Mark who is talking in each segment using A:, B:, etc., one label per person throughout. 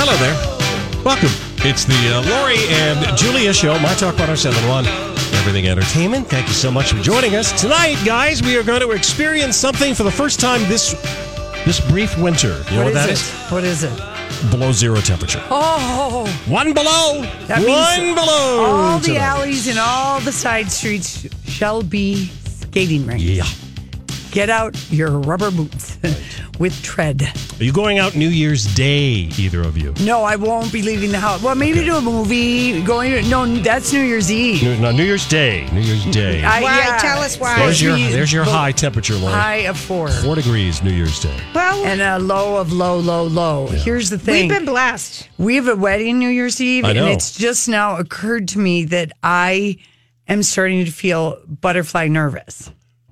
A: Hello there. Welcome. It's the uh, Lori and Julia show, My Talk 1071, Everything Entertainment. Thank you so much for joining us. Tonight, guys, we are going to experience something for the first time this this brief winter. You know what,
B: What is
A: that
B: it?
A: is?
B: What is it?
A: Below zero temperature.
B: Oh,
A: One below.
B: That means
A: one below.
B: all the
A: tonight.
B: alleys and all the side streets shall be skating rinks.
A: Yeah.
B: Get out your rubber boots with tread.
A: Are you going out New Year's Day, either of you?
B: No, I won't be leaving the house. Well, maybe to a movie. Going to, no, that's New Year's Eve.
A: New, no, New Year's Day. New Year's Day.
B: I-
C: Why?
B: yeah.
C: Tell us why.
A: there's your
B: Please,
A: there's your
B: but-
A: high temperature, Lori.
B: High of four
A: Four degrees New Year's Day.
C: Well,
B: and a low of low, low, low. Here's the thing.
C: we've been blessed.
B: We have a wedding New Year's Eve,
A: I know.
B: and it's just now occurred to me that I am starting to feel butterfly nervous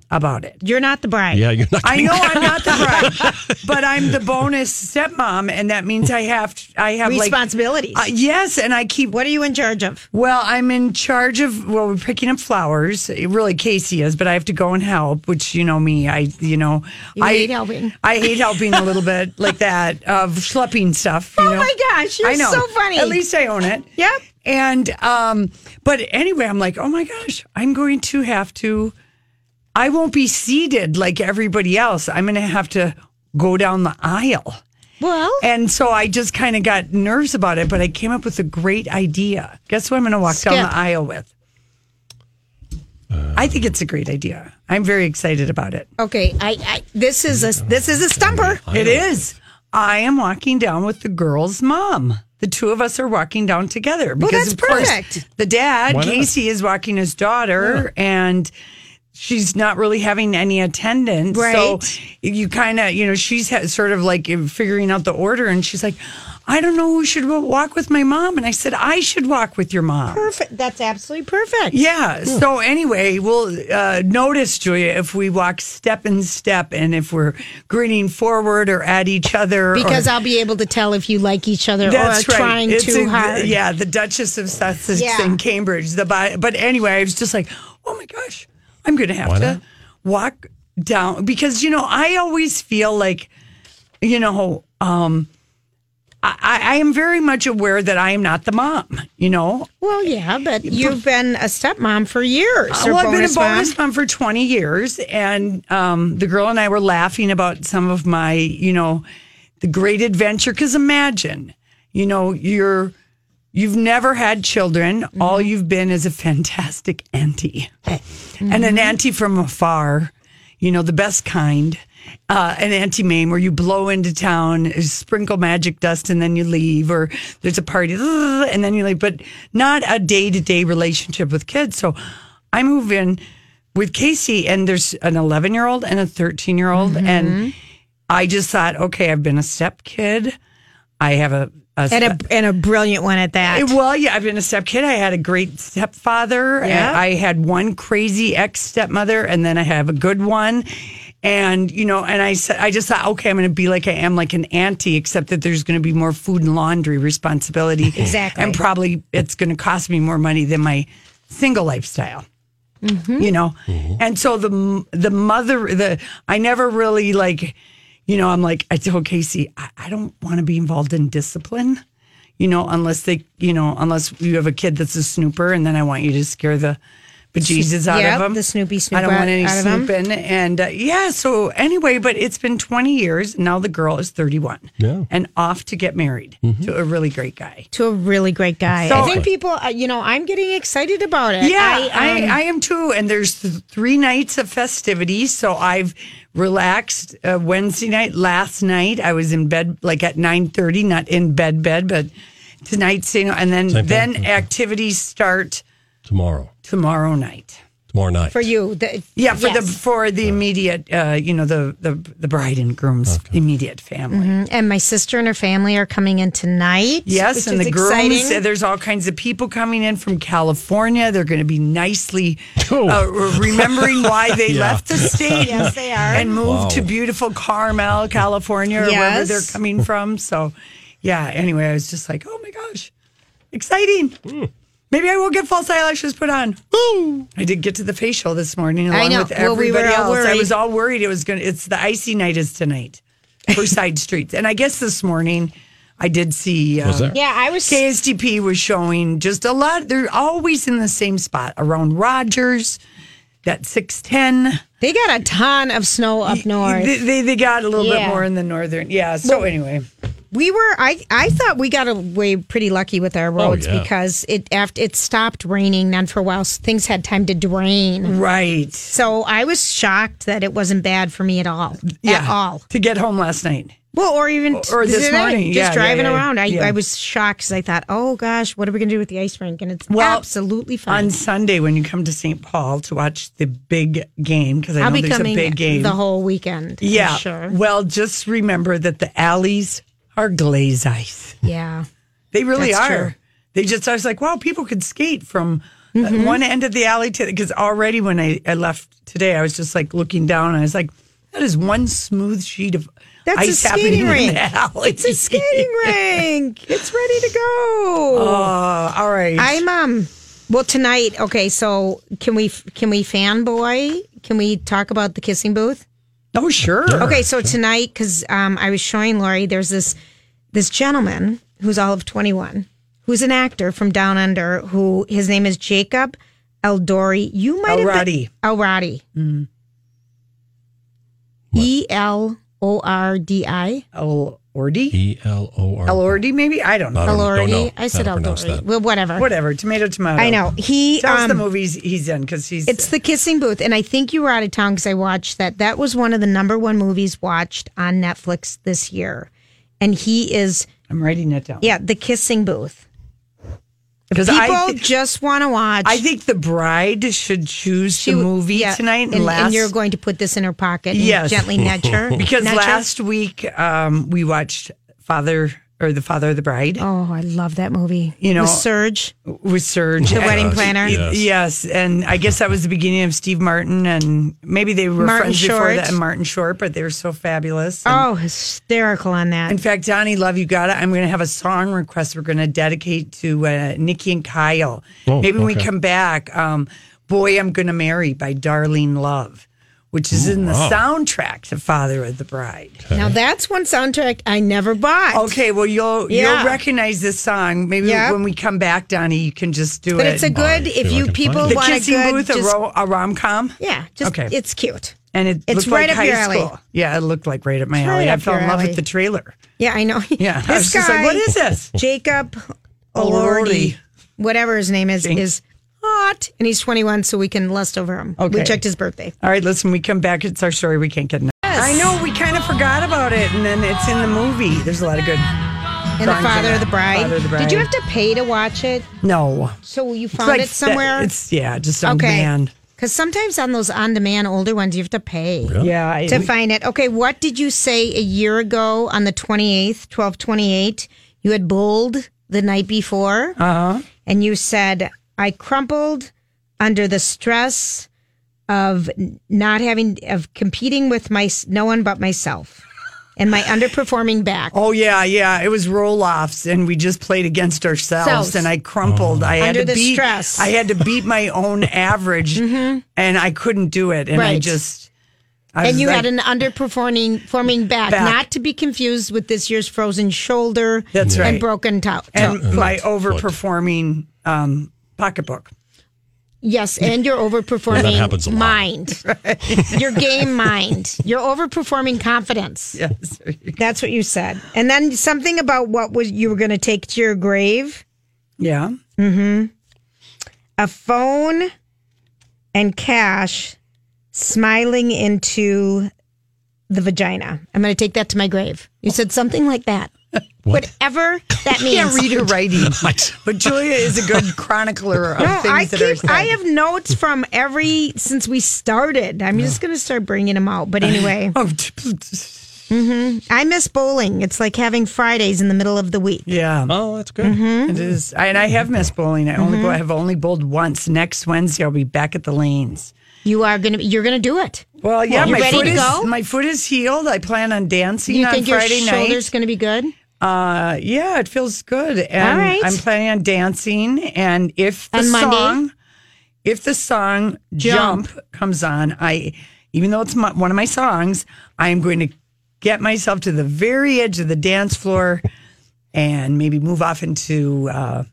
B: about it.
C: You're not the bride.
A: Yeah, you're not.
B: I
A: getting-
B: know I'm not the bride, but I'm the bonus stepmom, and that means I have to, I have
C: Responsibilities.
B: like uh, yes, and I keep.
C: what are you in charge of?
B: Well, I'm in charge of. Well, we're picking up flowers. It really, Casey is, but I have to go and help. Which you know me, I you know
C: You
B: I
C: hate helping.
B: I hate helping a little bit like that of schlepping stuff. you
C: Oh
B: know?
C: my gosh, you're
B: I know.
C: so funny.
B: At least I own it.
C: Yep.
B: And um, but anyway, I'm like, oh my gosh, I'm going to have to. I won't be seated like everybody else. I'm going to have to go down the aisle.
C: Well,
B: And so I just kind of got nerves about it, but I came up with a great idea. Guess what I'm going to walk down
C: Skip.
B: the aisle with? I think it's a great idea. I'm very excited about it.
C: okay. I, I this is a this is a stumper.
B: It is. I am walking down with the girl's mom. The two of us are walking down together because
C: that's
B: of course,
C: perfect.
B: the dad,
A: Why not?
B: Casey, is walking his daughter and she's not really having any attendance. So
C: Right.
B: you kind of, you know, she's ha- sort of like figuring out the order and she's like, I don't know who should wa- walk with my mom. And I said, I should walk with your mom.
C: Perfect. That's absolutely perfect.
B: Yeah. So anyway, we'll uh, notice, Julia, if we walk step in step and if we're grinning forward or at each other.
C: Because
B: or,
C: I'll be able to tell if you like each other or are trying
B: It's
C: too
B: a-
C: hard.
B: Yeah, the Duchess of Sussex
C: Yeah.
B: in Cambridge. The bi- but anyway, I was just like, oh my gosh, I'm going to have
A: Why
B: to
A: not?
B: walk down because you know I always feel like, you know, um, I, I I am very much aware that I am not the mom. You know,
C: Well, yeah, but you've Uh, been a stepmom for years. or
B: well, I've been a
C: bonus mom.
B: bonus mom. for 20 years, and um, the girl and I were laughing about some of my, you know, the great adventure. Because imagine, you know, you're you've never had children. All you've been is a fantastic auntie, and an auntie from afar. You know, the best kind. Uh, an auntie mame where you blow into town, sprinkle magic dust, and then you leave, or there's a party, and then you leave, but not a day to day relationship with kids. So I move in with Casey, and there's an 11 year old and a 13 year old. And I just thought, okay, I've been a step kid. I have a, a
C: And a and a brilliant one at that.
B: Eh, Well, yeah, I've been a step kid. I had a great stepfather.
C: Yeah.
B: and I had one crazy ex stepmother, and then I have a good one. And you know, and I said, I just thought, okay, I'm going to be like I am, like an auntie, except that there's going to be more food and laundry responsibility,
C: Exactly.
B: and probably it's going to cost me more money than my single lifestyle.
C: Mm-hmm.
B: You know, and so the m- the mother, the I never really "Oh, like, you know, I'm like I told Casey, I, I don't want to be involved in discipline you know, unless they, you know, unless you have a kid that's a snooper, and then I want you to scare the bejesus out
C: Yeah,
B: of them.
C: the Snoopy snoop
B: I don't want
C: out-
B: any
C: out of 'em.
B: snooping. And uh, yeah, so anyway, but it's been 20 years. Now the girl is 31
A: Yeah.
B: and off to get married
C: Mm-hmm.
B: to a really great guy.
C: to a really great guy.
B: So-
C: I think people, uh, you know, I'm getting excited about it.
B: Yeah, I,
C: um,
B: I, am too. And there's th- three nights of festivities. So I've relaxed uh, Wednesday night. Last night I was in bed like at 9.30, not in bed, bed, but tonight, you know, and then,
A: Same thing.
B: then activities start
A: tomorrow,
B: tomorrow night.
A: tomorrow night.
C: for you. The,
B: Yeah, for the
C: yes.
B: for the immediate, uh, you know, the, the the bride and groom's immediate family.
C: and my sister and her family are coming in tonight.
B: Yes,
C: which
B: and
C: is
B: the girls.
C: exciting.
B: uh, There's all kinds of people coming in from California. They're going to be nicely
A: Oh.
B: uh, remembering why they
A: Yeah.
B: left the state.
C: Yes, they are.
B: and moved
A: Wow.
B: to beautiful Carmel, California, or wherever
C: Yes.
B: they're coming from. So, yeah. Anyway, I was just like, oh my gosh, exciting.
A: Hmm.
B: Maybe I will get false eyelashes put on. I did get to the facial this morning along
C: I know.
B: with
C: Well, we
B: everybody
C: were all
B: else. I
C: worried.
B: was all worried it was going to, it's the icy night is tonight for side streets. And I guess this morning I did see uh,
A: Was there?
C: yeah, I was.
B: KSTP was showing just a lot. They're always in the same spot around Rogers, that 610.
C: They got a ton of snow up north.
B: They, they, they got a little bit
C: Yeah.
B: more in the northern. Yeah. So, anyway.
C: we were. I I thought we got away pretty lucky with our roads
A: yeah.
C: because it after it stopped raining then for a while, so things had time to drain.
B: Mm-hmm. Right.
C: So I was shocked that it wasn't bad for me at all. At all.
B: To get home last night.
C: Well, or even
B: Or this
C: today,
B: morning.
C: just
B: Yeah,
C: driving
B: yeah, yeah,
C: around. I,
B: yeah.
C: I was shocked because I thought, oh gosh, what are we going to do with the ice rink? And it's
B: Well,
C: absolutely
B: On
C: fine.
B: Sunday, when you come to St. Paul to watch the big game, because I
C: I'll
B: know
C: be
B: there's a
C: coming
B: big game.
C: the whole weekend. for
B: yeah.
C: sure.
B: Well, just remember that the alleys are glaze ice.
C: Yeah,
B: They really
C: That's
B: are.
C: true.
B: They just, I was like, wow, people could skate from uh,
C: Mm-hmm.
B: one end of the alley to, because already when I, I left today, I was just like looking down and I was like, that is one smooth sheet of
C: That's a
B: ice happening
C: skating
B: in
C: rink.
B: the alley.
C: it's a skating rink. It's ready to
A: Oh.
C: go.
B: Uh, all right.
C: I'm um. Well, tonight. Okay, so can we can we fanboy? Can we talk about the kissing booth?
B: oh, sure.
C: Okay, so tonight, because um, I was showing Lori, there's this this gentleman who's all of 21, who's an actor from Down Under, who his name is Jacob Eldori. You might have
B: Elrodi.
C: been Elrodi.
A: Mm.
C: E L O R D I.
B: El Ordi?
A: E L O R.
B: El Ordi, maybe? I don't know.
C: Uh, E.
A: don't know
C: Elordi. I
A: how
C: said
A: to pronounce
C: Eldori.
A: that.
C: Well, whatever.
B: Whatever. Tomato, tomato.
C: I know he.
B: Tell us the
C: um,
B: movies he's in because he's.
C: It's the kissing booth, and I think you were out of town because I watched that. That was one of the number one movies watched on Netflix this year, and he is
B: I'm writing it down.
C: yeah the kissing booth.
B: Because
C: People
B: I, thi-
C: just want to watch.
B: I think the bride should choose
C: She
B: the
C: w-
B: movie
C: yeah,
B: tonight and,
C: and,
B: last.
C: and you're going to put this in her pocket. And
B: Yes.
C: gently nudge her
B: because
C: Nudge her?
B: last week um, we watched Father or the Father of the Bride
C: Oh, I love that movie.
B: You know-
C: With Serge,
B: with Serge.
C: the
B: And-
C: wedding planner.
A: yeah. Yes.
B: Yes, and I guess that was the beginning of Steve Martin, and maybe they were
C: Martin
B: friends before
C: Short.
B: that. And Martin Short, but they were so fabulous. And-
C: Oh, hysterical on that.
B: In fact, Donnie, love you, got it. I'm going to have a song request. We're going to dedicate to uh, Nikki and Kyle. Maybe when we
A: Oh, okay.
B: come back, um, "Boy I'm Going to Marry" by Darlene Love, which is in the soundtrack to Father of the Bride.
C: Now that's one soundtrack I never bought.
B: Okay, well you'll
C: Yeah.
B: you'll recognize this song. Maybe
C: Yeah.
B: when we come back, Donnie, you can just do
C: but
B: it.
C: it's a
A: I
C: good
A: see
C: if
A: if I
C: you
A: can find
C: people
A: it.
B: the
C: want a
B: kissing
C: good.
B: booth,
C: just-
B: a, ro- a rom com.
C: yeah, just
B: Okay.
C: it's cute.
B: and it
C: It's
B: looked
C: right
B: like
C: up
B: high
C: your alley.
B: school. Yeah, it looked like right up my
C: It's
B: alley.
C: right
B: I
C: up
B: fell in
C: your
B: love
C: alley.
B: with the trailer.
C: Yeah, I know.
B: Yeah,
C: this
B: I was
C: guy,
B: just like, what is this?
C: Jacob
B: Elordi.
C: Elordi, whatever his name is, is hot, and he's 21, so we can lust over him.
B: Okay.
C: We checked his birthday.
B: All right, listen, we come back. It's our story. We can't get enough. I know we kind of forgot about it, and then it's in the movie. There's a lot of good.
C: And the
B: songs in
C: Father of
B: it.
C: the Bride.
B: Father of the
C: Did you
B: Bride.
C: have to pay to watch it?
B: No,
C: So you
B: It's
C: found
B: like
C: it somewhere?
B: that- it's yeah, just on demand.
C: Because sometimes on those on demand older ones, you have to pay
B: Yeah, I-
C: to find it. Okay, what did you say a year ago on the 28th, 1228? You had bowled the night before.
B: Uh-huh.
C: And you said, I crumpled under the stress of n- not having, of competing with my, no one but myself and my underperforming back.
B: Oh yeah, yeah. It was roll offs, and we just played against ourselves,
C: Selves.
B: and I crumpled. I had
C: Under
B: to
C: the
B: beat.
C: stress. Mm-hmm.
B: I had to beat my own average, and I couldn't do it. And I
C: Right.
B: just I
C: And
B: was
C: you
B: like,
C: had an underperforming performing back,
B: Back.
C: not to be confused with this year's frozen shoulder
B: That's
C: and
B: right.
C: broken toe.
B: and
C: toe.
B: my overperforming um, pocketbook.
C: yes, and you're overperforming
A: happens a lot.
C: mind. Your game mind. You're overperforming confidence.
B: Yes.
C: That's what you said. And then something about what was you were going to take to your grave.
B: Yeah.
C: a phone and cash smiling into the vagina. I'm going to take that to my grave. You said something like that. Whatever that means.
B: Can't read or writing.
A: What?
B: But Julia is a good chronicler of
C: No,
B: things
C: Oh, I
B: that are
C: keep.
B: said.
C: I have notes from every since we started. I'm just going to start bringing them out. But anyway,
B: Oh,
C: I miss bowling. It's like having Fridays in the middle of the week.
B: yeah.
A: Oh, that's good.
C: Mm-hmm.
B: It is, I- and I have missed bowling. I only bo- I have only bowled once. Next Wednesday, I'll be back at the lanes.
C: You are going to. You're going to do it.
B: Well, yeah,
C: you
B: my
C: ready
B: foot
C: to
B: is
C: go?
B: my foot is healed. I plan on dancing
C: You
B: on
C: think your
B: Friday
C: shoulder's
B: night.
C: going to be good?
B: Uh, yeah, it feels good, and
C: All right.
B: I'm planning on dancing. And if the
C: On Monday?
B: song, if the song
C: Jump.
B: "Jump" comes on, I, even though it's my, one of my songs, I am going to get myself to the very edge of the dance floor, and maybe move off into. Uh,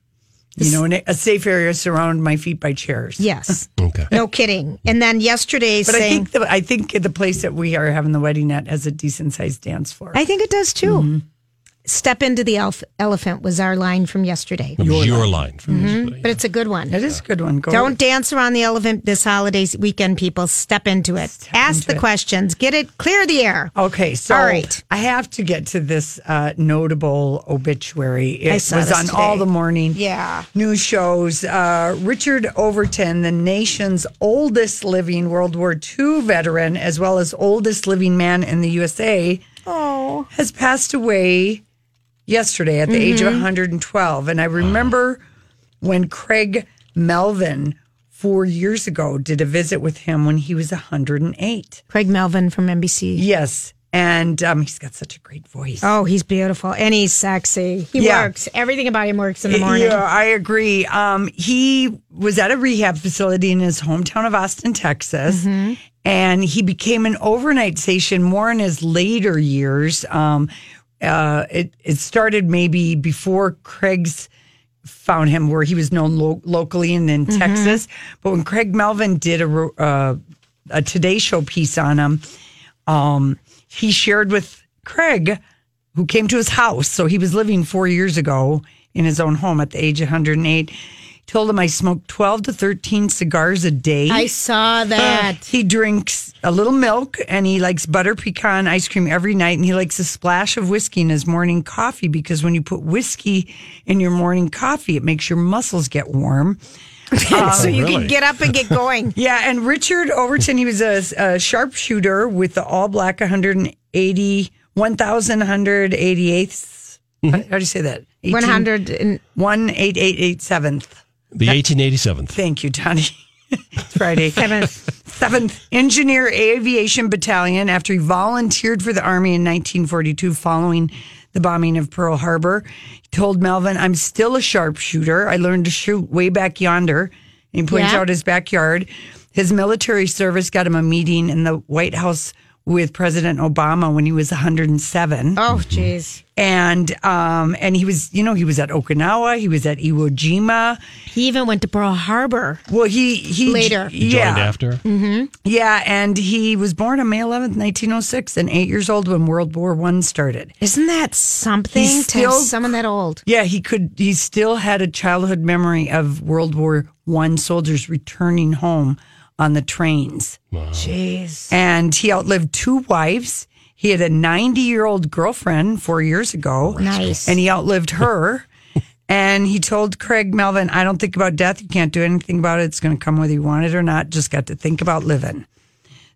B: you know, an, a safe area surround my feet by chairs.
C: Yes.
A: Okay.
C: No kidding. And then yesterday,
B: But I
C: saying
B: think the, I think the place that we are having the wedding at has a decent sized dance floor.
C: I think it does too.
B: Mm-hmm.
C: Step into the elf- elephant was our line from yesterday,
A: It was your line. from yesterday.
C: but it's a good one.
B: That is a good one. Go
C: Don't dance around the elephant this holiday weekend, people. Step into it. Ask the questions. Get it. Clear the air.
B: Okay, so
C: All right.
B: I have to get to this uh, notable obituary. It
C: I saw
B: was
C: this
B: on all
C: today.
B: the morning
C: Yeah.
B: news shows. Uh, Richard Overton, the nation's oldest living World War II veteran, as well as oldest living man in the USA,
C: Oh.
B: has passed away yesterday at the age
C: Mm-hmm.
B: of 112. And I remember when Craig Melvin, four years ago, did a visit with him when he was 108.
C: Craig Melvin from NBC.
B: Yes. And um, he's got such a great voice.
C: Oh, he's beautiful and he's sexy. He
B: Yeah.
C: works. Everything about him works in the morning.
B: Yeah, I agree. Um, he was at a rehab facility in his hometown of Austin, Texas,
C: Mm-hmm.
B: and he became an overnight station more in his later years. Um, uh, it, it started maybe before Craig's found him, where he was known lo- locally and in Texas. But when Craig Melvin did a, ro- uh, a Today Show piece on him, um, he shared with Craig, who came to his house. So he was living four years ago in his own home at the age of 108. Told him I smoked 12 to 13 cigars a day.
C: I saw that.
B: He drinks a little milk and he likes butter pecan ice cream every night. And he likes a splash of whiskey in his morning coffee because when you put whiskey in your morning coffee, it makes your muscles get warm. Um,
C: Oh, so you
A: really?
C: can get up and get going.
B: Yeah, and Richard Overton, he was a, a sharpshooter with the All Black 180, 1,188th. How do you say that? 18
C: Mm-hmm. One hundred and
B: 18887th.
A: The 1887th.
B: Thank you, Donnie. it's Friday.
C: seventh.
B: Seventh Engineer Aviation Battalion after he volunteered for the Army in 1942 following the bombing of Pearl Harbor. He told Melvin, I'm still a sharpshooter. I learned to shoot way back yonder. And he points
C: Yeah.
B: out his backyard. His military service got him a meeting in the White House with President Obama when he was 107
C: Oh, jeez.
B: and um and he was you know he was at Okinawa he was at Iwo Jima
C: He even went to Pearl Harbor.
B: well he he
C: Later.
A: He
B: yeah
A: joined after.
B: yeah, and he was born on May 11th, 1906, and eight years old when World War One started.
C: Isn't that something
B: He's
C: to have
B: still-
C: someone that old?
B: Yeah, he could. He still had a childhood memory of World War One soldiers returning home on the trains,
C: Oh. Jeez.
B: and he outlived two wives. He had a 90 year old girlfriend four years ago.
C: Nice.
B: and he outlived her. and he told Craig Melvin, I don't think about death. You can't do anything about it. It's going to come whether you want it or not. Just got to think about living.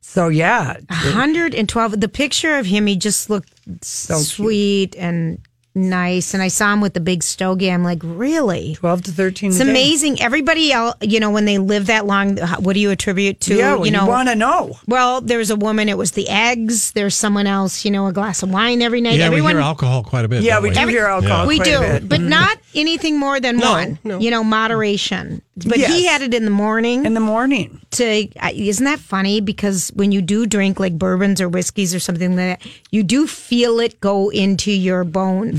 B: So, yeah.
C: 112. The picture of him, he just looked
B: cute.
C: sweet and nice. And I saw him with the big stogie. I'm like, really?
B: 12 to 13.
C: It's
B: a day.
C: amazing. Everybody else, you know, when they live that long, how- what do you attribute to?
B: Yeah, well,
C: you
B: you
C: know,
B: want to know.
C: well, there was a woman. It was the eggs. There's someone else. You know, a glass of wine every night.
A: Yeah,
C: Everyone,
A: we hear alcohol quite a bit.
B: Yeah,
A: don't
B: we do hear alcohol.
C: we
B: Oh, quite
C: do,
B: a bit. Mm.
C: but not anything more than
A: No,
C: one.
A: no.
C: You know, moderation. But he
B: Yes.
C: had it in the morning.
B: in the morning.
C: to I- isn't that funny because when you do drink like bourbons or whiskeys or something like that you do feel it go into your bone i mean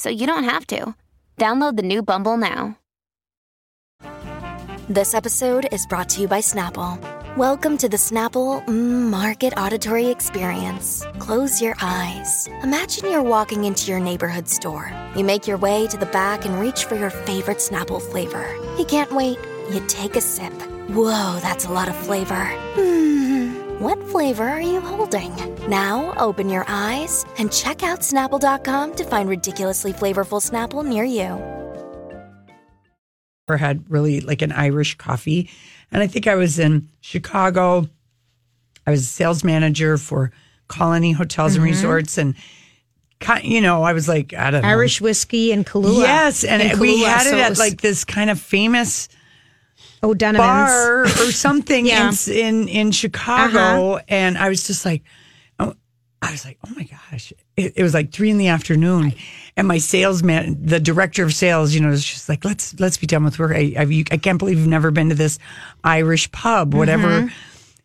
D: so you don't have to. Download the new Bumble now.
E: This episode is brought to you by Snapple. Welcome to the Snapple mm, Market Auditory Experience. Close your eyes. Imagine you're walking into your neighborhood store. You make your way to the back and reach for your favorite Snapple flavor. You can't wait. You take a sip. Whoa, that's a lot of flavor. Mmm. What flavor are you holding? Now open your eyes and check out Snapple.com to find ridiculously flavorful Snapple near you.
B: ever had really like an Irish coffee. And I think I was in Chicago. I was a sales manager for Colony Hotels
C: Mm-hmm.
B: and Resorts. And, ki- you know, I was like, I don't know.
C: irish whiskey and kahlua
B: Yes. And,
C: And
B: we
C: Kahlua,
B: had
C: so
B: it at
C: was
B: like this kind of famous
C: o'donovan's
B: bar or something
C: Yeah. Uh-huh.
B: in, in, in Chicago. And I was just like, oh, I was like, oh my gosh. It, it was like three in the afternoon. And my salesman, the director of sales, you know, was just like, let's, let's be done with work. I, I, you, I can't believe you've never been to this Irish pub, whatever
C: Mm-hmm.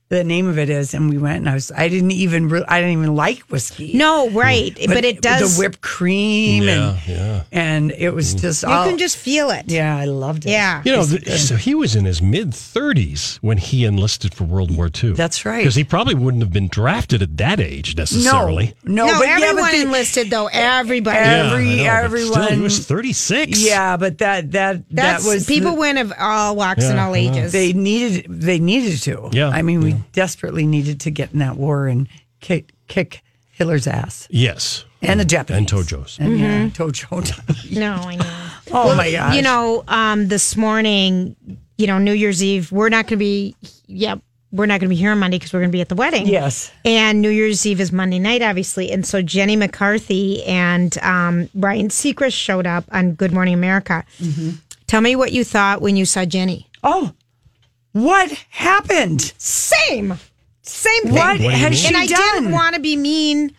B: the name of it is. And we went and I was, I didn't even, re- I didn't even like whiskey.
C: no right but, it does
B: The whipped cream.
A: Yeah,
B: and,
A: yeah.
B: and it was just,
C: you
B: all-
C: can just feel it
B: oh. yeah, I loved it.
C: yeah
A: You know, th- so he was in his mid 30s when he enlisted for World War II.
B: That's right.
A: Because he probably wouldn't have been drafted at that age necessarily.
B: No, no,
C: no,
B: but yeah,
C: everyone
B: but the-
C: enlisted though everybody
B: Yeah.
A: I
B: Every-
A: know, but Still, he
B: everyone-
A: was 36.
B: Yeah, but that that
C: that's
B: that was
C: people
B: the-
C: went of all walks and
A: Yeah,
C: all
A: I know.
C: ages
B: they needed they needed to.
A: Yeah,
B: I mean, we desperately needed to get in that war and kick kick Hitler's ass
A: Yes.
B: and the
A: And
B: Japanese
A: Tojo's.
B: And, yeah, Tojo.
C: no i know
B: oh my gosh!
C: Mm-hmm. you know, um, this morning, you know, New Year's Eve, we're not going to be, yeah, we're not going to be here on Monday because we're going to be at the wedding.
B: Yes.
C: And New Year's Eve is Monday night, obviously. And so Jenny McCarthy and um, Ryan Seacrest showed up on Good Morning America. Tell me what you thought when you saw Jenny.
B: Oh, what happened?
C: Same, same thing.
B: What,
A: you
B: has
A: mean?
B: she
C: and I
B: done?
C: didn't want to be mean. Uh.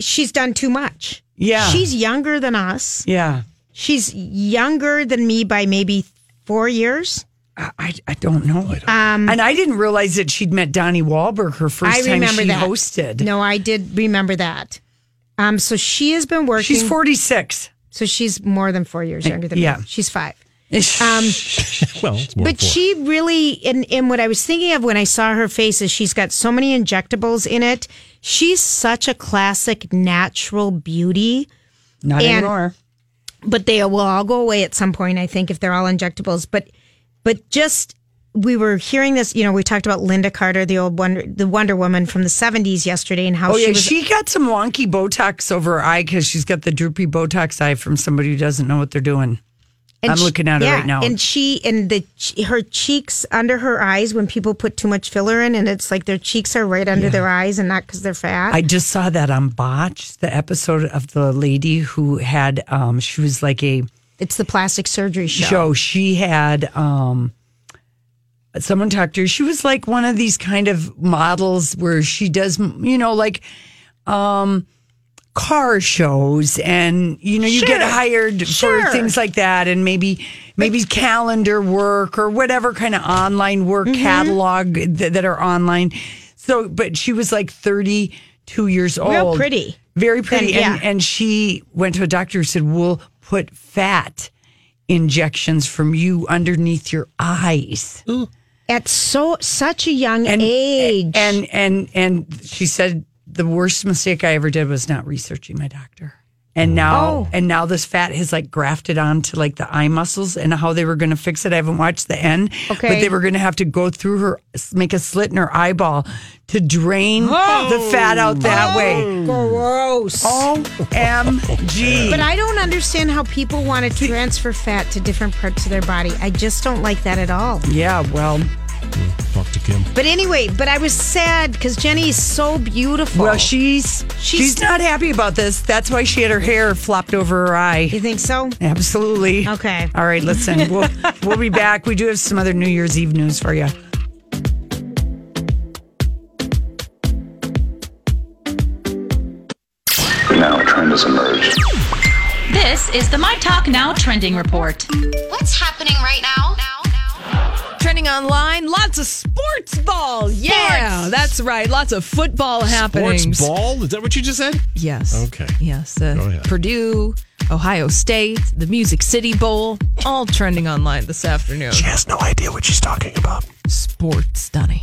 C: She's done too much.
B: Yeah.
C: She's younger than us.
B: yeah,
C: She's younger than me by maybe four years.
B: I, I, I don't know. and I didn't realize that she'd met Donnie Wahlberg her first
C: Um, I
B: time
C: remember
B: she
C: that.
B: hosted.
C: No, I did remember that. Um, so she has been working.
B: she's forty six.
C: So she's more than four years younger than
B: yeah.
C: me. She's five.
B: Um,
A: Well, it's more
C: But
A: four.
C: she really, and, and what I was thinking of when I saw her face is she's got so many injectables in it. She's such a classic natural beauty,
B: not
C: and-
B: anymore.
C: but they will all go away at some point, I think, if they're all injectables. But, but just we were hearing this. You know, we talked about Linda Carter, the old Wonder, the Wonder Woman from the '70s yesterday, and how
B: Oh
C: she
B: yeah,
C: was
B: she got some wonky Botox over her eye because she's got the droopy Botox eye from somebody who doesn't know what they're doing. I'm looking at her right now.
C: And she and the ch- her cheeks under her eyes when people put too much filler in, and it's like their cheeks are right under their eyes, and not because they're fat.
B: I just saw that on Botch, the episode of the lady who had um she was like a
C: it's the plastic surgery show.
B: show. She had um someone talked to her. She was like one of these kind of models where she does you know like um car shows and you know you get
C: Sure.
B: hired for
C: Sure.
B: things like that and maybe maybe calendar work or whatever kind of online work
C: Mm-hmm.
B: catalog th- that are online. So but she was like 32 years old.
C: Real pretty.
B: Very pretty.
C: And-
B: and,
C: yeah.
B: and she went to a doctor who said, We'll put fat injections from you underneath your eyes.
C: at so such a young
B: And
C: age.
B: And and and she said the worst mistake I ever did was not researching my doctor. And now,
C: Oh.
B: and now this fat has like grafted onto like the eye muscles and how they were going to fix it. I haven't watched the end, but
C: Okay.
B: they were going to have to go through her, make a slit in her eyeball to drain
C: Oh.
B: the fat out that way. Oh.
C: Gross.
B: OMG.
C: Oh. But I don't understand how people want to transfer fat to different parts of their body. I just don't like that at all.
B: yeah, well,
A: Fuck to Kim.
C: But anyway, but I was sad because Jenny is so beautiful.
B: well, she's, she's
C: She's-
B: not happy about this. That's why she had her hair flopped over her eye.
C: You think so?
B: Absolutely.
C: Okay.
B: All right, listen, we'll, we'll be back. We do have some other New Year's Eve news for you.
F: Now a trend has emerged.
G: This is the My Talk Now trending report.
H: What's happening right now?
I: Trending online, lots of sports ball. Yeah, that's right. Lots of football happening.
A: Sports ball? Is that what you just said?
I: Yes.
A: Okay.
I: Yes. Uh,
A: Go ahead.
I: Purdue, Ohio State, the Music City Bowl, all trending online this afternoon.
A: has no idea what she's talking about.
I: Sports, Donnie.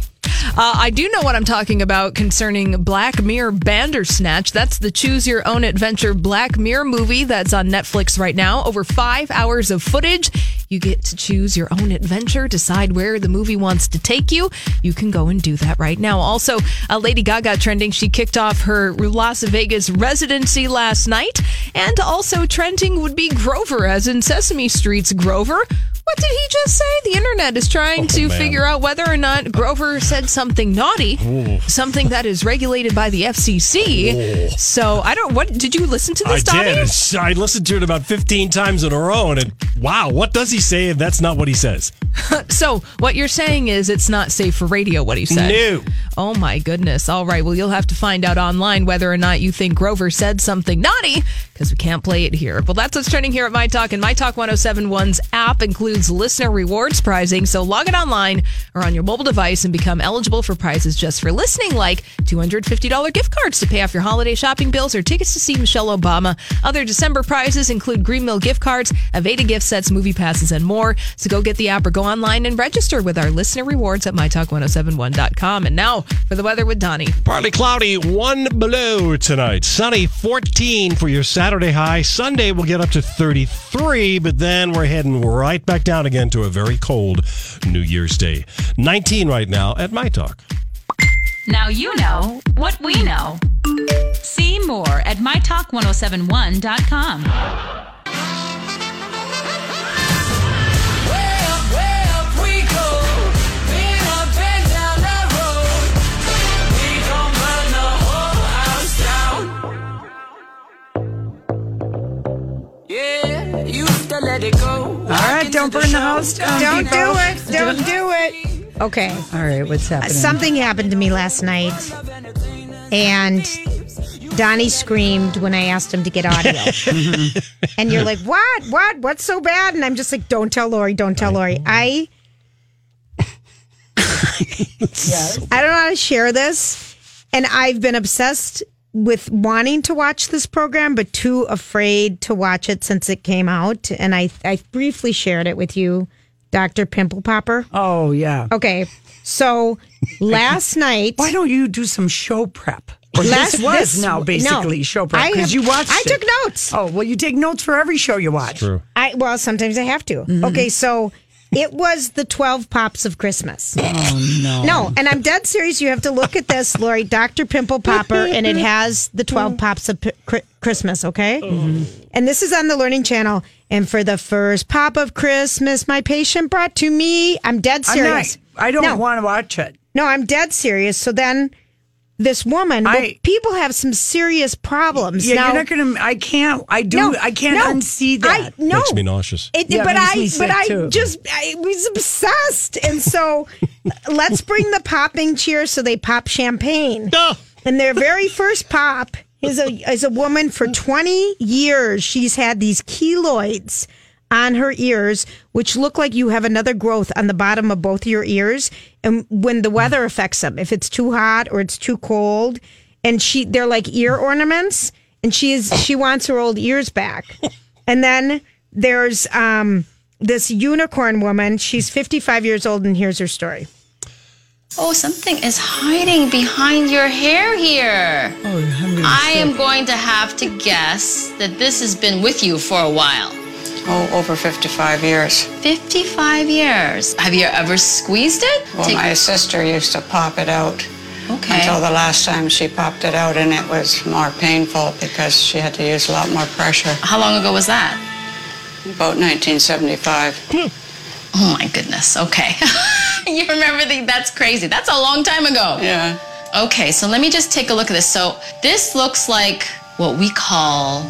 I: Uh, I do know what I'm talking about concerning Black Mirror Bandersnatch. That's the choose your own adventure Black Mirror movie that's on Netflix right now. Over five hours of footage. You get to choose your own adventure, decide where the movie wants to take you. You can go and do that right now. Also, uh, Lady Gaga trending. She kicked off her Las Vegas residency last night. And also trending would be Grover, as in Sesame Street's Grover. What did he just say? The internet is trying
A: Oh,
I: to
A: man.
I: figure out whether or not Grover said something naughty, something that is regulated by the FCC. So I don't. What did you listen to
A: I
I: this? Donnie?
A: did. It's- I listened to it about 15 times in a row, and it, wow, what does he say? if That's not what he says.
I: So what you're saying is it's not safe for radio. What he said.
A: No.
I: Oh my goodness. All right. Well, you'll have to find out online whether or not you think Grover said something naughty because we can't play it here. Well, that's what's trending here at My Talk. And My Talk 1071's app includes listener rewards prizing. So log in online or on your mobile device and become eligible for prizes just for listening, like $250 gift cards to pay off your holiday shopping bills or tickets to see Michelle Obama. Other December prizes include Green Mill gift cards, Aveda gift sets, movie passes, and more. So go get the app or go online and register with our listener rewards at mytalk1071.com. And now for the weather with Donnie.
A: Partly cloudy, one below tonight. Sunny 14 for your Saturday high. Sunday we'll get up to 33, but then we're heading right back down again to a very cold New Year's Day. 19 right now at My Talk.
G: Now you know what we know. See more at mytalk1071.com.
B: All right, don't burn the house down.
C: Don't do
B: people.
C: it. Don't do it. Okay.
B: All right, what's happening?
C: Something happened to me last night, and Donnie screamed when I asked him to get audio. and you're like, "What? What? What's so bad?" And I'm just like, "Don't tell Lori. Don't tell Lori." I. I don't know how to share this, and I've been obsessed with wanting to watch this program, but too afraid to watch it since it came out. And I, I briefly shared it with you, Doctor Pimple Popper.
B: oh, yeah.
C: Okay. So last night,
B: Why don't you do some show prep? Or
C: Last-
B: this was
C: this-
B: now
C: no.
B: basically show prep
C: I
B: because
C: have-
B: you watched.
C: I
B: it.
C: took notes.
B: Oh well, you take notes for every show you watch.
A: True.
C: I well, sometimes I have to.
B: Mm-hmm.
C: Okay, so it was the 12 pops of Christmas.
B: Oh no.
C: No, and I'm dead serious. You have to look at this, Lori, Dr. Pimple Popper, and it has the 12
B: Mm-hmm.
C: pops of P- Cri- Christmas, okay?
B: Oh.
C: And this is on the Learning Channel. And for the first pop of Christmas, my patient brought to me. I'm dead
B: I'm
C: serious.
B: not- I don't
C: No.
B: want to watch it.
C: No, I'm dead serious. So then this woman,
B: I-
C: well, people have some serious problems.
B: Yeah,
C: now,
B: you're not gonna. I can't. I do. I can't
C: no,
B: unsee that.
C: I, no,
A: Makes me nauseous.
C: It,
B: Yeah, it
C: but
B: makes
C: I,
B: me sick,
C: but I
B: too.
C: just, I was obsessed, and so let's bring the popping cheer. So they pop champagne,
A: Ah!
C: and their very first pop is a is a woman for twenty years. She's had these keloids on her ears, which look like you have another growth on the bottom of both your ears, and when the weather affects them, if it's too hot or it's too cold, and she they're like ear ornaments, and she is she wants her old ears back. And then there's um, this unicorn woman. She's 55 years old, and here's her story.
H: Oh, something is hiding behind your hair here.
B: Oh, I'm gonna
H: I
B: slip.
H: am going to have to guess that this has been with you for a while.
J: Oh, over 55 years.
H: 55 years. Have you ever squeezed it?
J: Well,
H: Take-
J: my sister used to pop it out.
H: Okay.
J: Until the last time she popped it out, and it was more painful because she had to use a lot more pressure.
H: How long ago was that?
J: About 1975.
H: Oh my goodness. Okay. you remember the that's crazy. That's a long time ago.
J: Yeah.
H: Okay, so let me just take a look at this. So this looks like what we call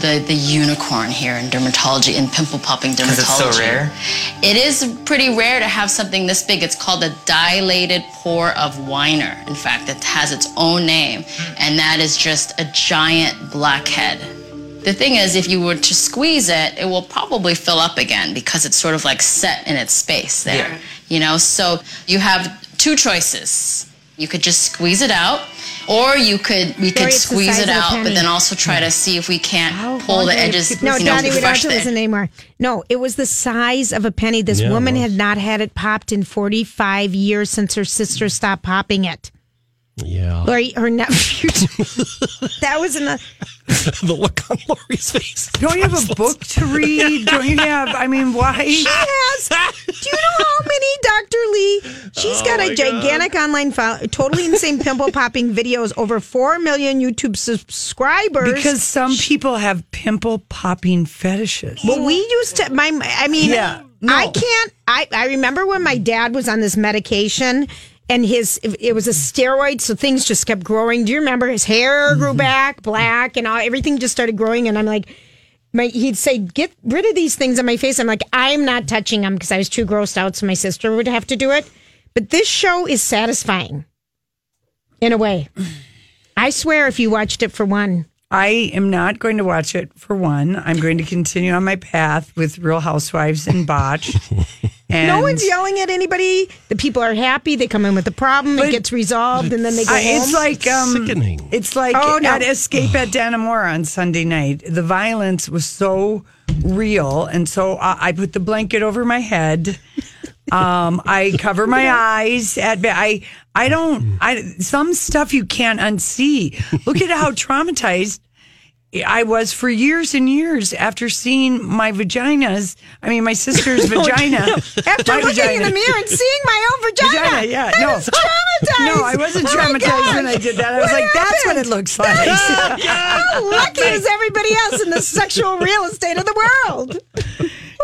H: the the unicorn here in dermatology in pimple popping dermatology.
K: Because it's so rare?
H: It is pretty rare to have something this big. It's called the dilated pore of Weiner. In fact, it has its own name, and that is just a giant blackhead. The thing is, if you were to squeeze it, it will probably fill up again because it's sort of like set in its space there.
K: Yeah.
H: You know, so you have two choices. You could just squeeze it out, or you could we
C: Lori,
H: could
C: it's the
H: squeeze
C: size
H: it
C: of a
H: out, but
C: penny.
H: then also try to see if we can't pull the edges.
C: No,
H: you know,
C: Donnie, we don't have
H: brush
C: to
H: the-
C: listen anymore. No, it was the size of a penny. This
A: Yeah, it
C: woman had not had it popped in 45 years since her sister stopped popping it.
A: Yeah.
C: Lori, her nephew. that was in the.
A: the look on Lori's face.
B: Don't you have a book to read? Don't you have? I mean, why?
C: She has. Do you know how many, Dr. Lee? She's got a gigantic online file, totally insane pimple popping videos, over 4 million YouTube subscribers.
B: Because some people have pimple popping fetishes.
C: Well, we used to. My, I mean,
B: Yeah, no.
C: I can't. I I remember when my dad was on this medication, and his it was a steroid, so things just kept growing. Do you remember his hair
B: Mm-hmm.
C: grew back black, and all, everything just started growing? And I'm like. My, he'd say, "Get rid of these things on my face." I'm like, "I'm not touching them because I was too grossed out, so my sister would have to do it." But this show is satisfying, in a way. I swear, if you watched it for one,
B: I am not going to watch it for one. I'm going to continue on my path with Real Housewives and Botch. And
C: no one's yelling at anybody. The people are happy. They come in with a problem. it gets resolved, and then they go
B: I-
C: home.
B: it's like um,
A: Sickening.
B: It's like
C: Oh, no.
B: at Escape at Dannemora on Sunday night. The violence was so real, and so uh, I, I put the blanket over my head. Um, I cover my eyes. At I, I don't. I some stuff you can't unsee. Look at how traumatized I was for years and years after seeing my vaginas. I mean, my sister's vagina.
C: Oh, after
B: my
C: looking in
B: vagina.
C: the mirror and seeing my own vagina.
B: Vagina, yeah,
C: I
B: no.
C: was traumatized.
B: No, I wasn't
C: Oh my
B: traumatized when I
C: gosh.
B: did that. I was like, that's what it looks like.
C: happened? How lucky is everybody else in the sexual real estate of the world?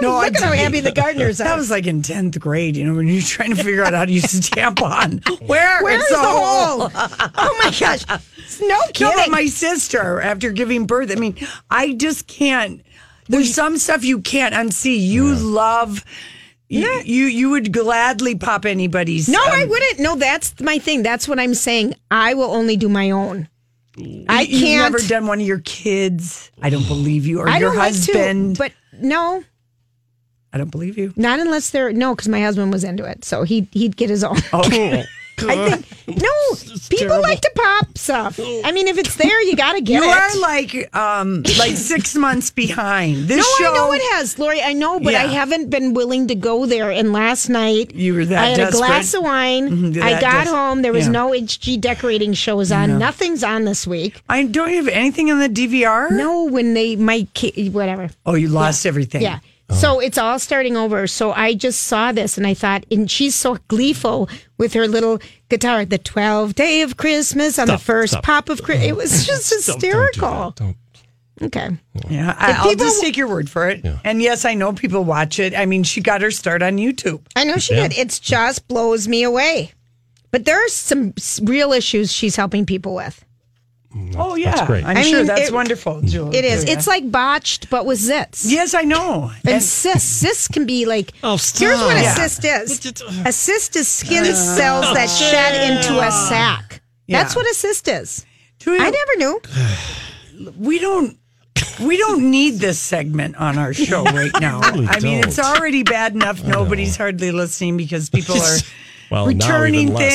B: No,
C: Look at how
B: didn't.
C: happy the gardeners
B: That
C: are.
B: was like in tenth grade, you know, when you're trying to figure out how to use a tampon. Where
C: Where's
B: It's
C: the hole? Oh my gosh! No
B: No, but
C: kidding.
B: my sister, after giving birth, I mean, I just can't. There's some stuff you can't unsee. You love. y- You you would gladly pop anybody's.
C: no,
B: um,
C: I wouldn't. No, that's my thing. That's what I'm saying. I will only do my own. I
B: You've
C: can't.
B: never done one of your kids. I don't believe you, or
C: I
B: your
C: don't
B: husband.
C: like to, but no,
B: I don't believe you.
C: Not unless they're no, because my husband was into it, so he he'd get his own.
B: Oh,
C: I think no, people
A: terrible.
C: like to pop stuff. I mean, if it's there, you gotta get
B: you
C: it.
B: are like um like six months behind. This
C: no,
B: show.
C: I know it has, Lori. I know, but I
B: Yeah.
C: haven't been willing to go there. And last night,
B: You were that
C: I had
B: desperate?
C: a glass of wine.
B: Mhm, you're
C: I
B: that
C: got
B: des-
C: home. There was
B: yeah.
C: no HG decorating shows on. Nothing's on this week.
B: I don't have anything on the DVR.
C: No, when they my ki- whatever.
B: Oh, you lost everything.
C: Yeah.
A: Uh-huh.
C: So it's all starting over. So I just saw this and I thought, and she's so gleeful with her little guitar. The 12th day of Christmas on the
A: Stop,
C: first
A: stop.
C: pop of Christmas. It was just
A: Don't- don't do that.
C: hysterical.
A: Don't.
C: Okay.
B: Yeah, I, I'll
C: people-
B: just take your word for it. And yes, I know people watch it. I mean, she got her start on YouTube.
C: I know she
A: Yeah.
C: did. It just blows me away. But there are some s- real issues she's helping people with.
B: oh yeah,
A: great. Mm.
B: I'm
C: I
B: sure
C: mean,
B: that's
C: it-
B: wonderful, Julie.
C: It is. It's like botched, but with zits.
B: yes, I know.
C: And cysts. Cysts can be like.
A: Oh,
C: Here's what a
A: stop.
C: cyst is. A cyst is skin cells that shed into a sac. That's
B: Yeah.
C: what a cyst is.
B: Julia,
C: I never knew.
B: we don't. We don't need this segment on our show right now.
A: really
B: I mean, it's
A: don't.
B: already bad enough nobody's hardly listening because people are
A: Well, Oh, now
B: returning
A: even less.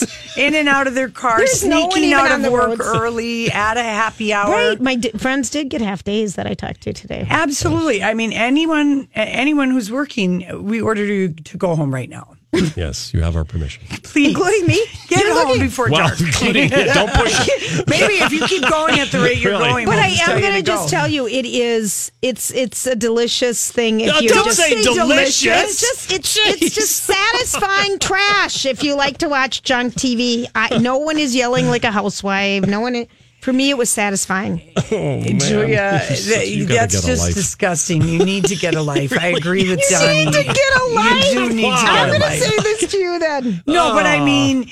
B: things in and out of their cars,
C: There's no one
B: sneaking
C: even
B: out
C: on
B: of
C: the
B: work
C: roads.
B: early, at a happy hour.
C: Right. My d- friends did get half days that I talked to today.
B: Absolutely. I mean, anyone a- anyone who's working, we order you to go home right now.
A: yes, you have our permission.
B: Please. Including me? Get home before
A: Well,
B: dark.
A: including you. Don't push it.
B: Maybe if you keep going at the rate you're
A: Really?
B: going.
C: But
B: we'll
C: I am
B: tell you
C: going to
B: go.
C: just tell you, it is it's it's a delicious thing. If
A: No,
C: you
A: don't
C: just
A: say delicious.
C: It's just it's it's just satisfying trash. If you like to watch junk TV, I, no one is yelling like a housewife. No one. For me, it was satisfying.
A: Oh, man.
B: Julia, that-
A: You gotta
B: that's
A: get a
B: just
A: life.
B: disgusting. You need to get a life. I agree with
C: You
B: Donnie.
C: need to get a life.
B: You do need to
C: I'm
B: get a
C: going
B: life.
C: to say this to you then.
B: No, but
A: Oh.
B: I mean,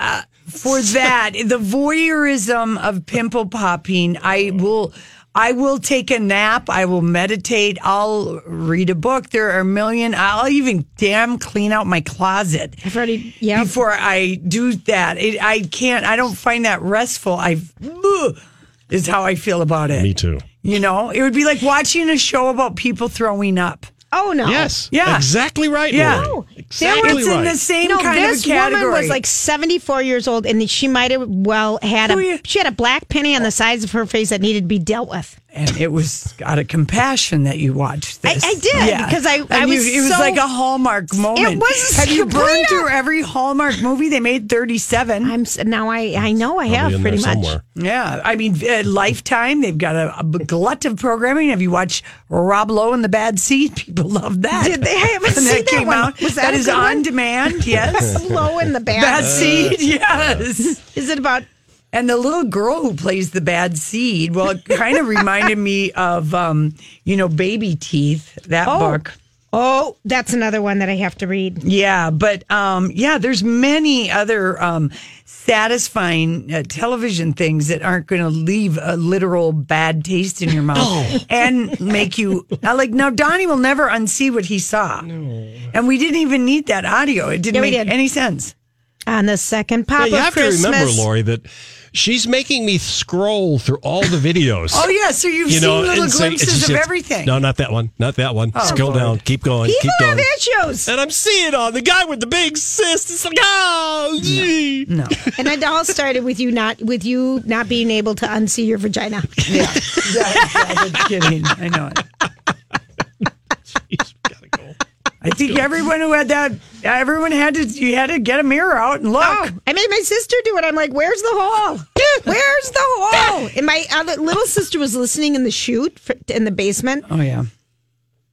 B: uh, for that, the voyeurism of pimple popping, I will. I will take a nap. I will meditate. I'll read a book. There are a million. I'll even damn clean out my closet
C: I've already. Yeah.
B: before I do that. It, I can't. I don't find that restful. I ugh, is how I feel about it.
A: Me too.
B: You know, it would be like watching a show about people throwing up.
C: Oh no.
A: Yes.
B: Yeah.
A: Exactly right.
B: Yeah.
A: Lori.
B: It's
A: Exactly
B: in the
A: right.
B: same
C: no,
B: kind
C: this
B: of a category.
C: woman was like 74 years old, and she might have well had
B: Oh,
C: a
B: yeah.
C: she had a black penny on the sides of her face that needed to be dealt with.
B: and it was out of compassion that you watched
C: I-
B: this.
C: I did, because I- I
B: And
C: was
B: you- it was
C: so-
B: like a Hallmark moment.
C: was-
B: Have you
C: Sabrina-
B: burned through every Hallmark movie they made? Thirty-seven.
C: I'm s- now I I know I
A: Probably
C: have
A: in there
C: pretty much.
A: somewhere.
B: yeah, I mean, uh, Lifetime. They've got a, a glut of programming. Have you watched Rob Lowe and the Bad Seed? People love that.
C: Did they? I haven't
B: When
C: seen
B: that
C: that
B: came
C: one.
B: out.
C: Was that
B: that
C: a
B: is
C: good
B: on
C: one?
B: demand? Yes.
C: Slow in the bad.
B: Bad
A: Uh,
B: Seed. Yes.
C: Is it about?
B: And the little girl who plays the bad seed, well, it kind of reminded me of, um, you know, Baby Teeth, that
C: Oh.
B: book.
C: Oh, that's another one that I have to read.
B: Yeah, but um, yeah, there's many other um, satisfying uh, television things that aren't going to leave a literal bad taste in your mouth and make you I like. Now Donnie will never unsee what he saw, and we didn't even need that audio. It didn't
C: Yeah, we
B: make
C: did.
B: any sense.
C: On the second
A: Yeah,
C: pop
A: you
C: of
A: have
C: Christmas,
A: to remember, Lori, that she's making me scroll through all the videos.
B: Oh yeah, so you've
A: You
B: seen
A: know,
B: little
A: and so
B: glimpses
A: it's just-
B: of everything. Oh,
A: No, not that one. Not that one. Scroll
B: Lord.
A: down. Keep going.
C: people
A: keep going.
C: have issues,
A: And I'm seeing on the guy with the big cyst. It's like, oh, gee.
B: no.
C: and it all started with you not with you not being able to unsee your vagina.
B: Yeah, I'm kidding. I know it.
A: Jeez, we gotta go.
B: I think everyone who had that, everyone had to. You had to get a mirror out and look.
C: Oh, I made my sister do it. I'm like, where's the hole? Where's the hole? And my other little sister was listening in the chute for, in the basement,
B: oh yeah.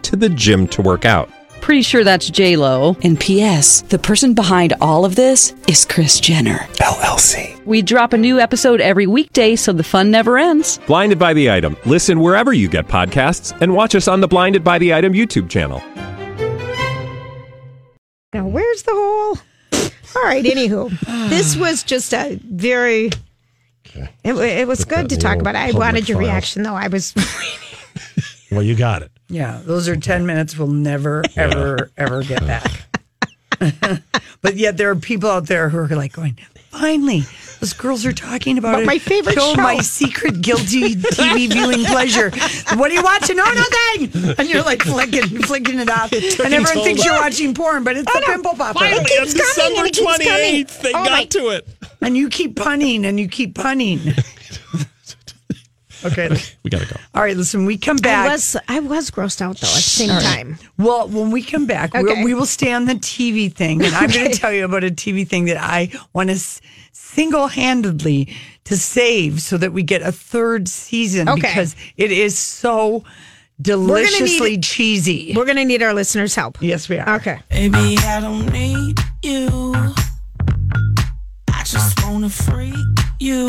L: to the gym to work out.
M: Pretty sure that's J Lo. And P.S. The person behind all of this is Chris Jenner
L: LLC.
M: We drop a new episode every weekday, so the fun never ends.
L: Blinded by the item. Listen wherever you get podcasts, and watch us on the Blinded by the Item YouTube channel.
C: Now, where's the hole? All right. Anywho, this was just a very. It, wa- it was
A: Put that in
C: good to
A: the
C: talk
A: old
C: about. I
A: public
C: wanted your
A: file.
C: reaction, though. I was.
A: Well, you got it.
B: Yeah, those are 10 minutes we'll never, ever, ever get back. but yet there are people out there who are like going, finally, those girls are talking about
C: But
B: it.
C: my favorite
B: show,
C: show."
B: my secret guilty TV viewing pleasure. What are you watching? Oh, nothing. And you're like flicking, flicking it off. And everyone
A: told
B: thinks
A: her.
B: you're watching porn, but it's a pimple popper.
A: Finally, on
C: keeps coming
A: December
C: and it keeps coming.
A: 28th, they
C: Oh,
A: got
C: my-
A: to it.
B: And you keep punning and you keep punning. okay.
A: We got to go.
B: All right, listen, we come
C: I
B: back.
C: was. I was grossed out though. At the same time,
B: Well, when we come back,
C: Okay.
B: we'll, we will stay on the TV thing, and I'm going
C: Okay.
B: to tell you about a TV thing that I want to s- single-handedly to save so that we get a third season
C: Okay.
B: because it is so
C: gonna need-
B: deliciously cheesy.
C: we're gonna need our listeners' help.
B: Yes, we are.
C: Okay.
N: Baby, I don't need you. I just wanna freak you.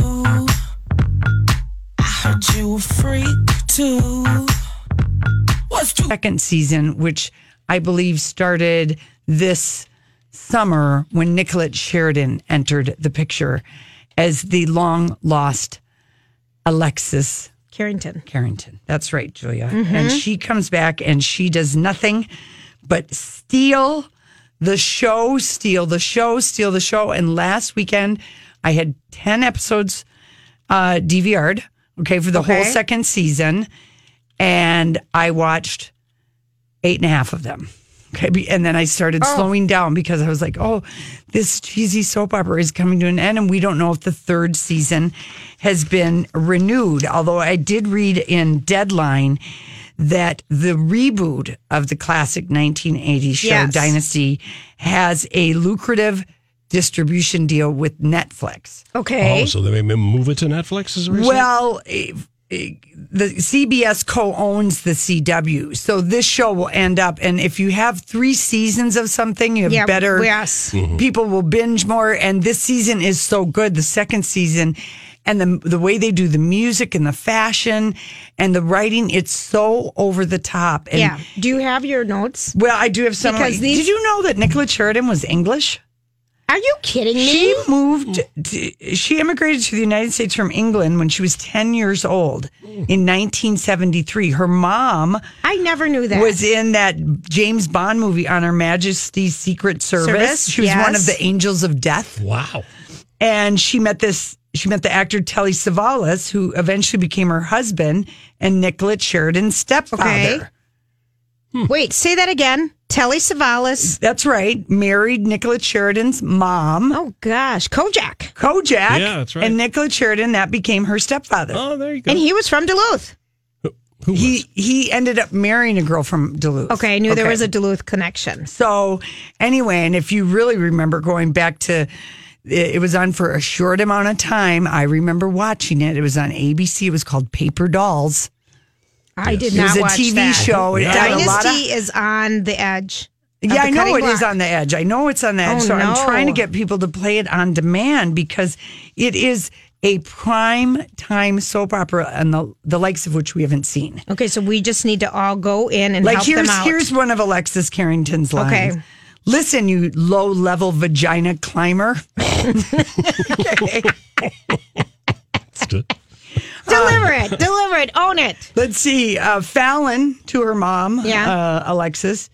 N: I heard you a freak too.
B: Second season, which I believe, started this summer when Nicolette Sheridan entered the picture as the long lost Alexis
C: Carrington.
B: Carrington. That's right, Julia.
C: Mhm.
B: And she comes back and she does nothing but steal the show, steal the show, steal the show. And last weekend, I had 10 episodes uh, DVR'd, okay, for the whole
C: Okay.
B: second season. And I watched eight and a half of them. Okay. be- And then I started
C: Oh.
B: slowing down because I was like, oh, this cheesy soap opera is coming to an end. And we don't know if the third season has been renewed. Although I did read in Deadline that the reboot of the classic 1980s show
C: Yes.
B: Dynasty has a lucrative distribution deal with Netflix.
C: Okay.
A: Oh, so they may move it to Netflix as a result?
B: Well, eh, eh, the CBS co-owns the CW, so this show will end up. And if you have three seasons of something, you have
C: Yeah,
B: better.
C: yes. Mhm.
B: people will binge more. And this season is so good. The second season, and the the way they do the music and the fashion and the writing, it's so over the top. And
C: yeah. Do you have your notes?
B: Well, I do have some.
C: Because these-
B: Did you know that Nicola Sheridan was English?
C: Are you kidding me?
B: She moved. To, she immigrated to the United States from England when she was ten years old in 1973. Her mom
C: I never knew that.
B: was in that James Bond movie on Her Majesty's Secret Service.
C: Service,
B: She was one of
C: yes.
B: the Angels of Death.
A: Wow.
B: And she met this. She met the actor Telly Savalas, who eventually became her husband and Nicolette Sheridan's stepfather.
C: Okay. Wait, say that again. Telly Savalas.
B: That's right. Married Nicolette Sheridan's mom.
C: Oh gosh, Kojak.
B: Kojak.
A: Yeah, that's right.
B: And Nicola Sheridan, that became her stepfather.
A: Oh, there you go.
C: And he was from Duluth.
A: Who
B: he he ended up marrying a girl from Duluth.
C: Okay, I knew there was a Duluth connection.
B: So anyway, and if you really remember going back to it it was on for a short amount of time. I remember watching it. It was on ABC. It was called Paper Dolls.
C: I did
B: It
C: not
B: was a
C: watch
B: TV
C: that.
B: show. It had a lot
C: Dynasty is on the edge. of
B: Yeah,
C: the
B: I know
C: cutting
B: it is
C: block.
B: on the edge. I know it's on the edge.
C: Oh,
B: so
C: no.
B: I'm trying to get people to play it on demand because it is a prime time soap opera and the the likes of which we haven't seen.
C: Okay, so we just need to all go in and
B: like
C: help
B: here's
C: them out.
B: here's one of Alexis Carrington's lines.
C: Okay.
B: Listen, you low level vagina climber.
C: deliver it, deliver it, own it.
B: Let's see. Uh, Fallon to her mom,
C: Yeah.
B: uh, Alexis.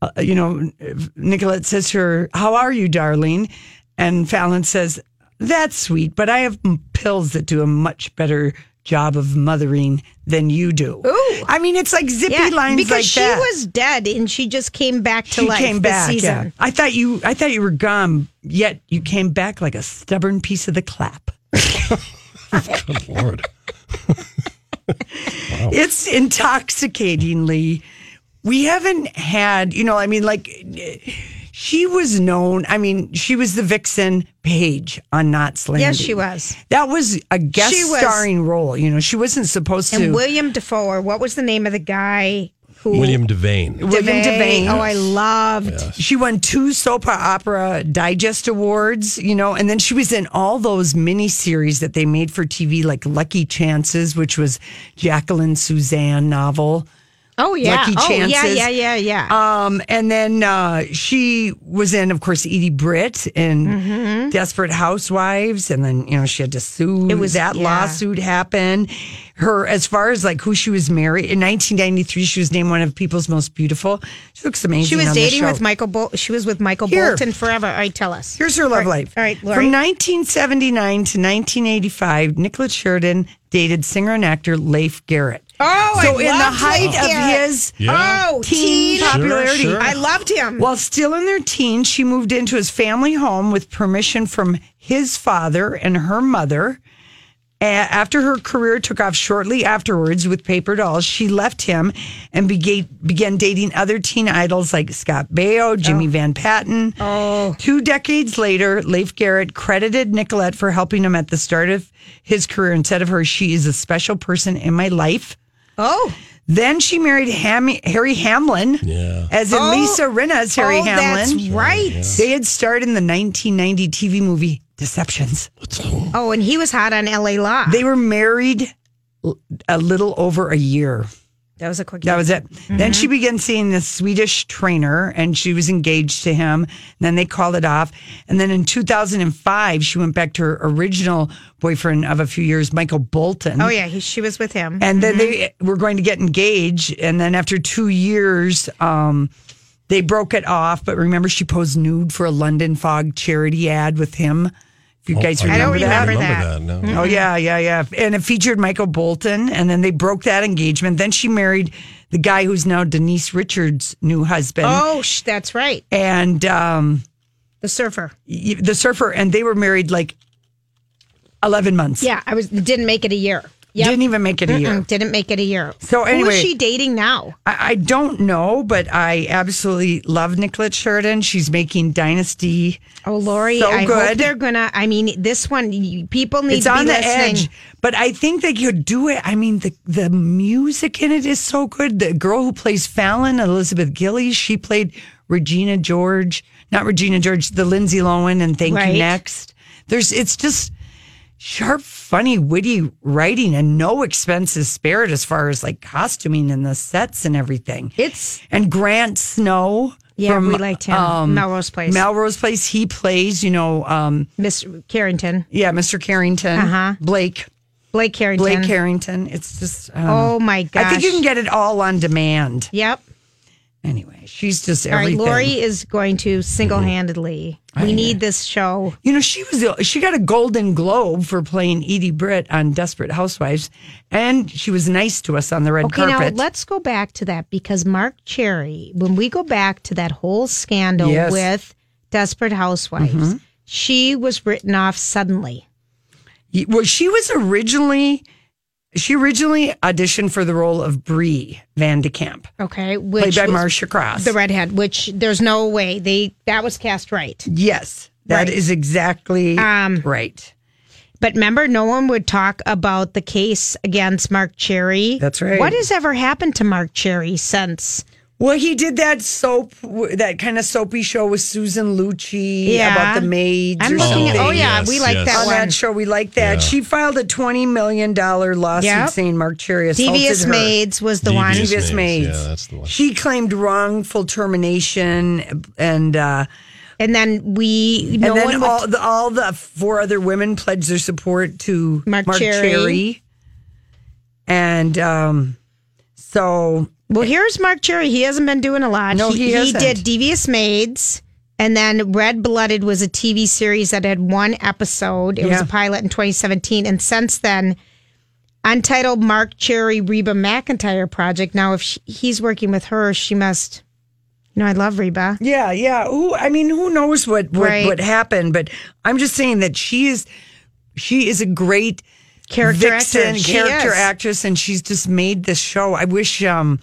B: Uh, you know, Nicolette says to her, How are you, darling? And Fallon says, That's sweet, but I have m- pills that do a much better job of mothering than you do.
C: Ooh.
B: I mean, it's like zippy
C: Yeah,
B: lines
C: because
B: like
C: she
B: that.
C: was dead and she just came back to
B: she
C: life
B: came
C: this
B: back.
C: season.
B: Yeah. I thought you I thought you were gone, yet you came back like a stubborn piece of the clap.
A: Good Lord.
B: It's intoxicatingly. We haven't had, you know, I mean, like she was known. I mean, she was the vixen Paige on Knots Landing.
C: Yes, she was.
B: That was a guest
C: She was.
B: starring role. You know, she wasn't supposed to.
C: And William Defoe, or what was the name of the guy who
A: William Devane.
B: William Devane.
C: Oh, I loved.
B: she won two soap opera digest awards, you know, and then she was in all those mini series that they made for TV, like Lucky Chances, which was Jacqueline Suzanne novel.
C: Oh yeah.
B: Lucky
C: oh yeah,
B: Chances.
C: yeah, yeah, yeah.
B: Um, and then uh, she was in, of course, Edie Britt in Desperate Housewives, and then you know she had to sue.
C: Mm-hmm. It was-
B: that
C: yeah.
B: lawsuit happened. Her, as far as like who she was married in 1993, she was named one of People's Most Beautiful. She looks amazing.
C: she
B: on
C: was
B: the
C: dating
B: show.
C: with Michael. Bol- she was with Michael
B: Here.
C: Bolton forever. All right, tell us.
B: Here's her love
C: All right,
B: life.
C: All right, Lori.
B: From 1979 to 1985, Nicola Sheridan dated singer and actor Leif Garrett.
C: oh,
B: so
C: I
B: in the
C: loved
B: height
C: Leif
B: of
C: Garrett.
B: his
A: Yeah.
C: oh
B: teen
C: teen
B: popularity.
A: sure.
C: I loved him.
B: While still in their teens, she moved into his family home with permission from his father and her mother. A- After her career took off shortly afterwards with Paper Dolls, she left him and began, began dating other teen idols like Scott Baio, Jimmy Van Patten.
C: oh,
B: Two decades later, Leif Garrett credited Nicolette for helping him at the start of his career and said of her, She is a special person in my life.
C: oh,
B: Then she married Hammy, Harry Hamlin,
A: Yeah.
B: as in
C: Oh.
B: Lisa Rinna's Harry
C: oh,
B: Hamlin.
C: That's right.
B: They had starred in the 1990 TV movie Deceptions.
C: Oh, and he was hot on L.A. Law.
B: They were married l- a little over a year.
C: That was a quick.
B: That was it. Then
C: Mm-hmm.
B: she began seeing this Swedish trainer and she was engaged to him. Then they called it off. And then in 2005, she went back to her original boyfriend of a few years, Michael Bolton.
C: Oh yeah, he, she was with him.
B: And then they
C: Mm-hmm.
B: were going to get engaged. And then after two years, um, they broke it off. But remember, she posed nude for a London Fog charity ad with him. If you
A: Oh,
B: guys
A: I
B: remember
A: don't
B: that.
A: remember that. Mm-hmm. I don't remember that, no.
B: Oh, yeah, yeah, yeah. And it featured Michael Bolton. And then they broke that engagement. Then she married the guy who's now Denise Richards' new husband.
C: Oh, sh- that's right.
B: And um,
C: the surfer.
B: y- the surfer. And they were married like 11 months.
C: Yeah, I was didn't make it a year. Yep.
B: Didn't even make it a year.
C: Mm-mm, Didn't make it a year.
B: So
C: who is
B: anyway-
C: she dating now?
B: I, I don't know, but I absolutely love Nicolette Sheridan. She's making Dynasty.
C: Oh, Lori,
B: so
C: I
B: good.
C: hope they're gonna. I mean, this one you- people need
B: it's
C: to be
B: on the
C: listening.
B: edge, but I think they could do it. I mean, the the music in it is so good. The girl who plays Fallon, Elizabeth Gillies, she played Regina George, not Regina George, the Lindsay Lohan, and Thank
C: Right.
B: You Next. There's, it's just sharp, funny, witty writing, and no expenses spared as far as like costuming and the sets and everything.
C: It's
B: and Grant Snow. um,
C: Yeah, we liked him. Melrose Place.
B: Melrose Place. He plays, you know, um,
C: Miss Carrington,
B: yeah, Mr. Carrington,
C: Uh-huh.
B: Blake,
C: Blake Carrington.
B: Blake Carrington. It's just, I don't
C: Oh
B: know.
C: my gosh!
B: I think you can get it all on demand.
C: Yep.
B: Anyway, she's just
C: All right,
B: everything.
C: Lori is going to single handedly. We need this show.
B: You know, she was the- she got a Golden Globe for playing Edie Britt on Desperate Housewives, and she was nice to us on the red
C: Okay,
B: carpet.
C: now let's go back to that because Mark Cherry, when we go back to that whole scandal
B: Yes. Mm-hmm.
C: with Desperate Housewives, she was written off suddenly.
B: Ye- Well, she was originally she originally auditioned for the role of Bree Van de Kamp,
C: Okay,
B: played
C: which
B: by
C: was
B: Marcia Cross.
C: the redhead, which there's no way they that was cast right.
B: yes, that is
C: Right. Um,
B: exactly right.
C: But remember, no one would talk about the case against Mark Cherry.
B: That's right.
C: What has ever happened to Mark Cherry since?
B: Well, he did that soap, that kind of soapy show with Susan Lucci
C: Yeah.
B: about the maids.
C: I'm
B: or
C: looking at-
B: something.
C: oh, yeah, Yes, we like yes. that
B: on
C: one.
B: that show. We like that.
C: Yeah.
B: She filed a twenty million dollar lawsuit
C: Yep.
B: saying Mark Cherry assaulted
C: Devious
B: her.
C: Maids was the one.
B: Devious Maids. She claimed wrongful termination and. uh
C: And then we, no
B: and then
C: one would-
B: all, the, all the four other women pledged their support to
C: Mark
B: Mark,
C: Cherry.
B: Cherry. And um, so
C: Well, here's Mark Cherry. He hasn't been doing a lot.
B: No, he hasn't.
C: did Devious Maids, and then Red Blooded was a TV series that had one episode. It was
B: Yeah.
C: a pilot in 2017, and since then, untitled Mark Cherry Reba McIntyre project. Now, if she, he's working with her, she must. You know, I love Reba.
B: Yeah, yeah. Who I mean, who knows what what,
C: Right.
B: what happened? But I'm just saying that she is she is a great
C: Character
B: vixen,
C: actress. She
B: character
C: is.
B: actress, and she's just made this show. I wish um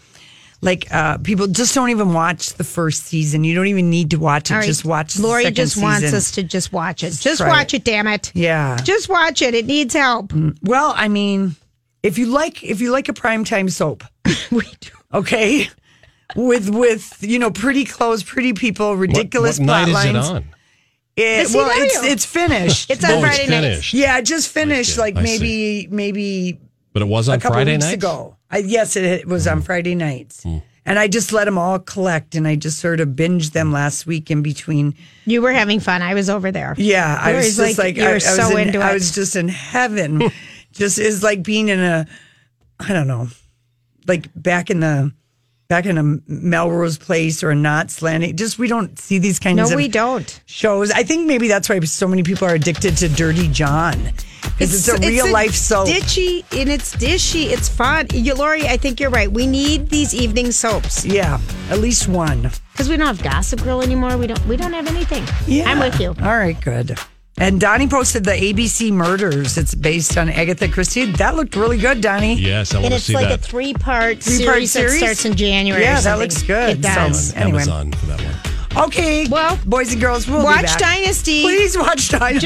B: like uh people just don't even watch the first season. You don't even need to watch it.
C: All right.
B: Just watch.
C: Lori
B: the second
C: just wants
B: season.
C: us to just watch it. Just
B: try
C: watch it. damn it.
B: Yeah. Mm.
C: Just watch it. It needs help.
B: Well, I mean, if you like if you like a primetime soap, okay, with with you know pretty clothes, pretty people, ridiculous
A: what night
B: plot
A: is it
B: lines.
A: on?
B: It-
C: The
B: well,
C: CW.
B: it's it's finished.
C: It's on
A: Oh, it's
C: Friday night.
A: finished.
B: Yeah, it just finished like
A: I
B: maybe maybe
A: But it was on
B: a couple
A: Friday Mm.
B: weeks
A: night.
B: ago. I, yes, it, it was on Friday nights, and I just let them all collect, and I just sort of binged them last week in between.
C: You were having fun. I was over there.
B: Yeah, I was
C: Lori's
B: just like,
C: you
B: I,
C: were
B: I was
C: so
B: in-
C: into it.
B: I was just in heaven. just is like being in a, I don't know, like back in the. Back in a Melrose Place or a Knots Landing, just we don't see these kinds
C: no,
B: of
C: we don't.
B: shows. I think maybe that's why so many people are addicted to Dirty John because it's, a real life soap.
C: Ditchy and it's dishy. It's fun. You, Lori, I think you're right. We need these evening soaps
B: Yeah, at least one.
C: because we don't have Gossip Girl anymore. We don't. We don't have anything.
B: Yeah,
C: I'm with you.
B: All right, good. And Donnie posted the ABC murders. It's based on Agatha Christie. That looked really good, Donnie.
A: Yes, I
C: And
A: want to
C: it's
A: see
C: like a
A: that.
C: three-part
B: Three-part
C: series, that
B: series?
C: starts in January. or
B: Yeah, that
C: something.
B: looks good.
C: It
B: So-
C: does.
A: on
B: anyway.
A: Amazon for that one.
B: Okay, well, boys and girls, we'll be
C: Watch
B: back.
C: Dynasty.
B: Please watch Dynasty.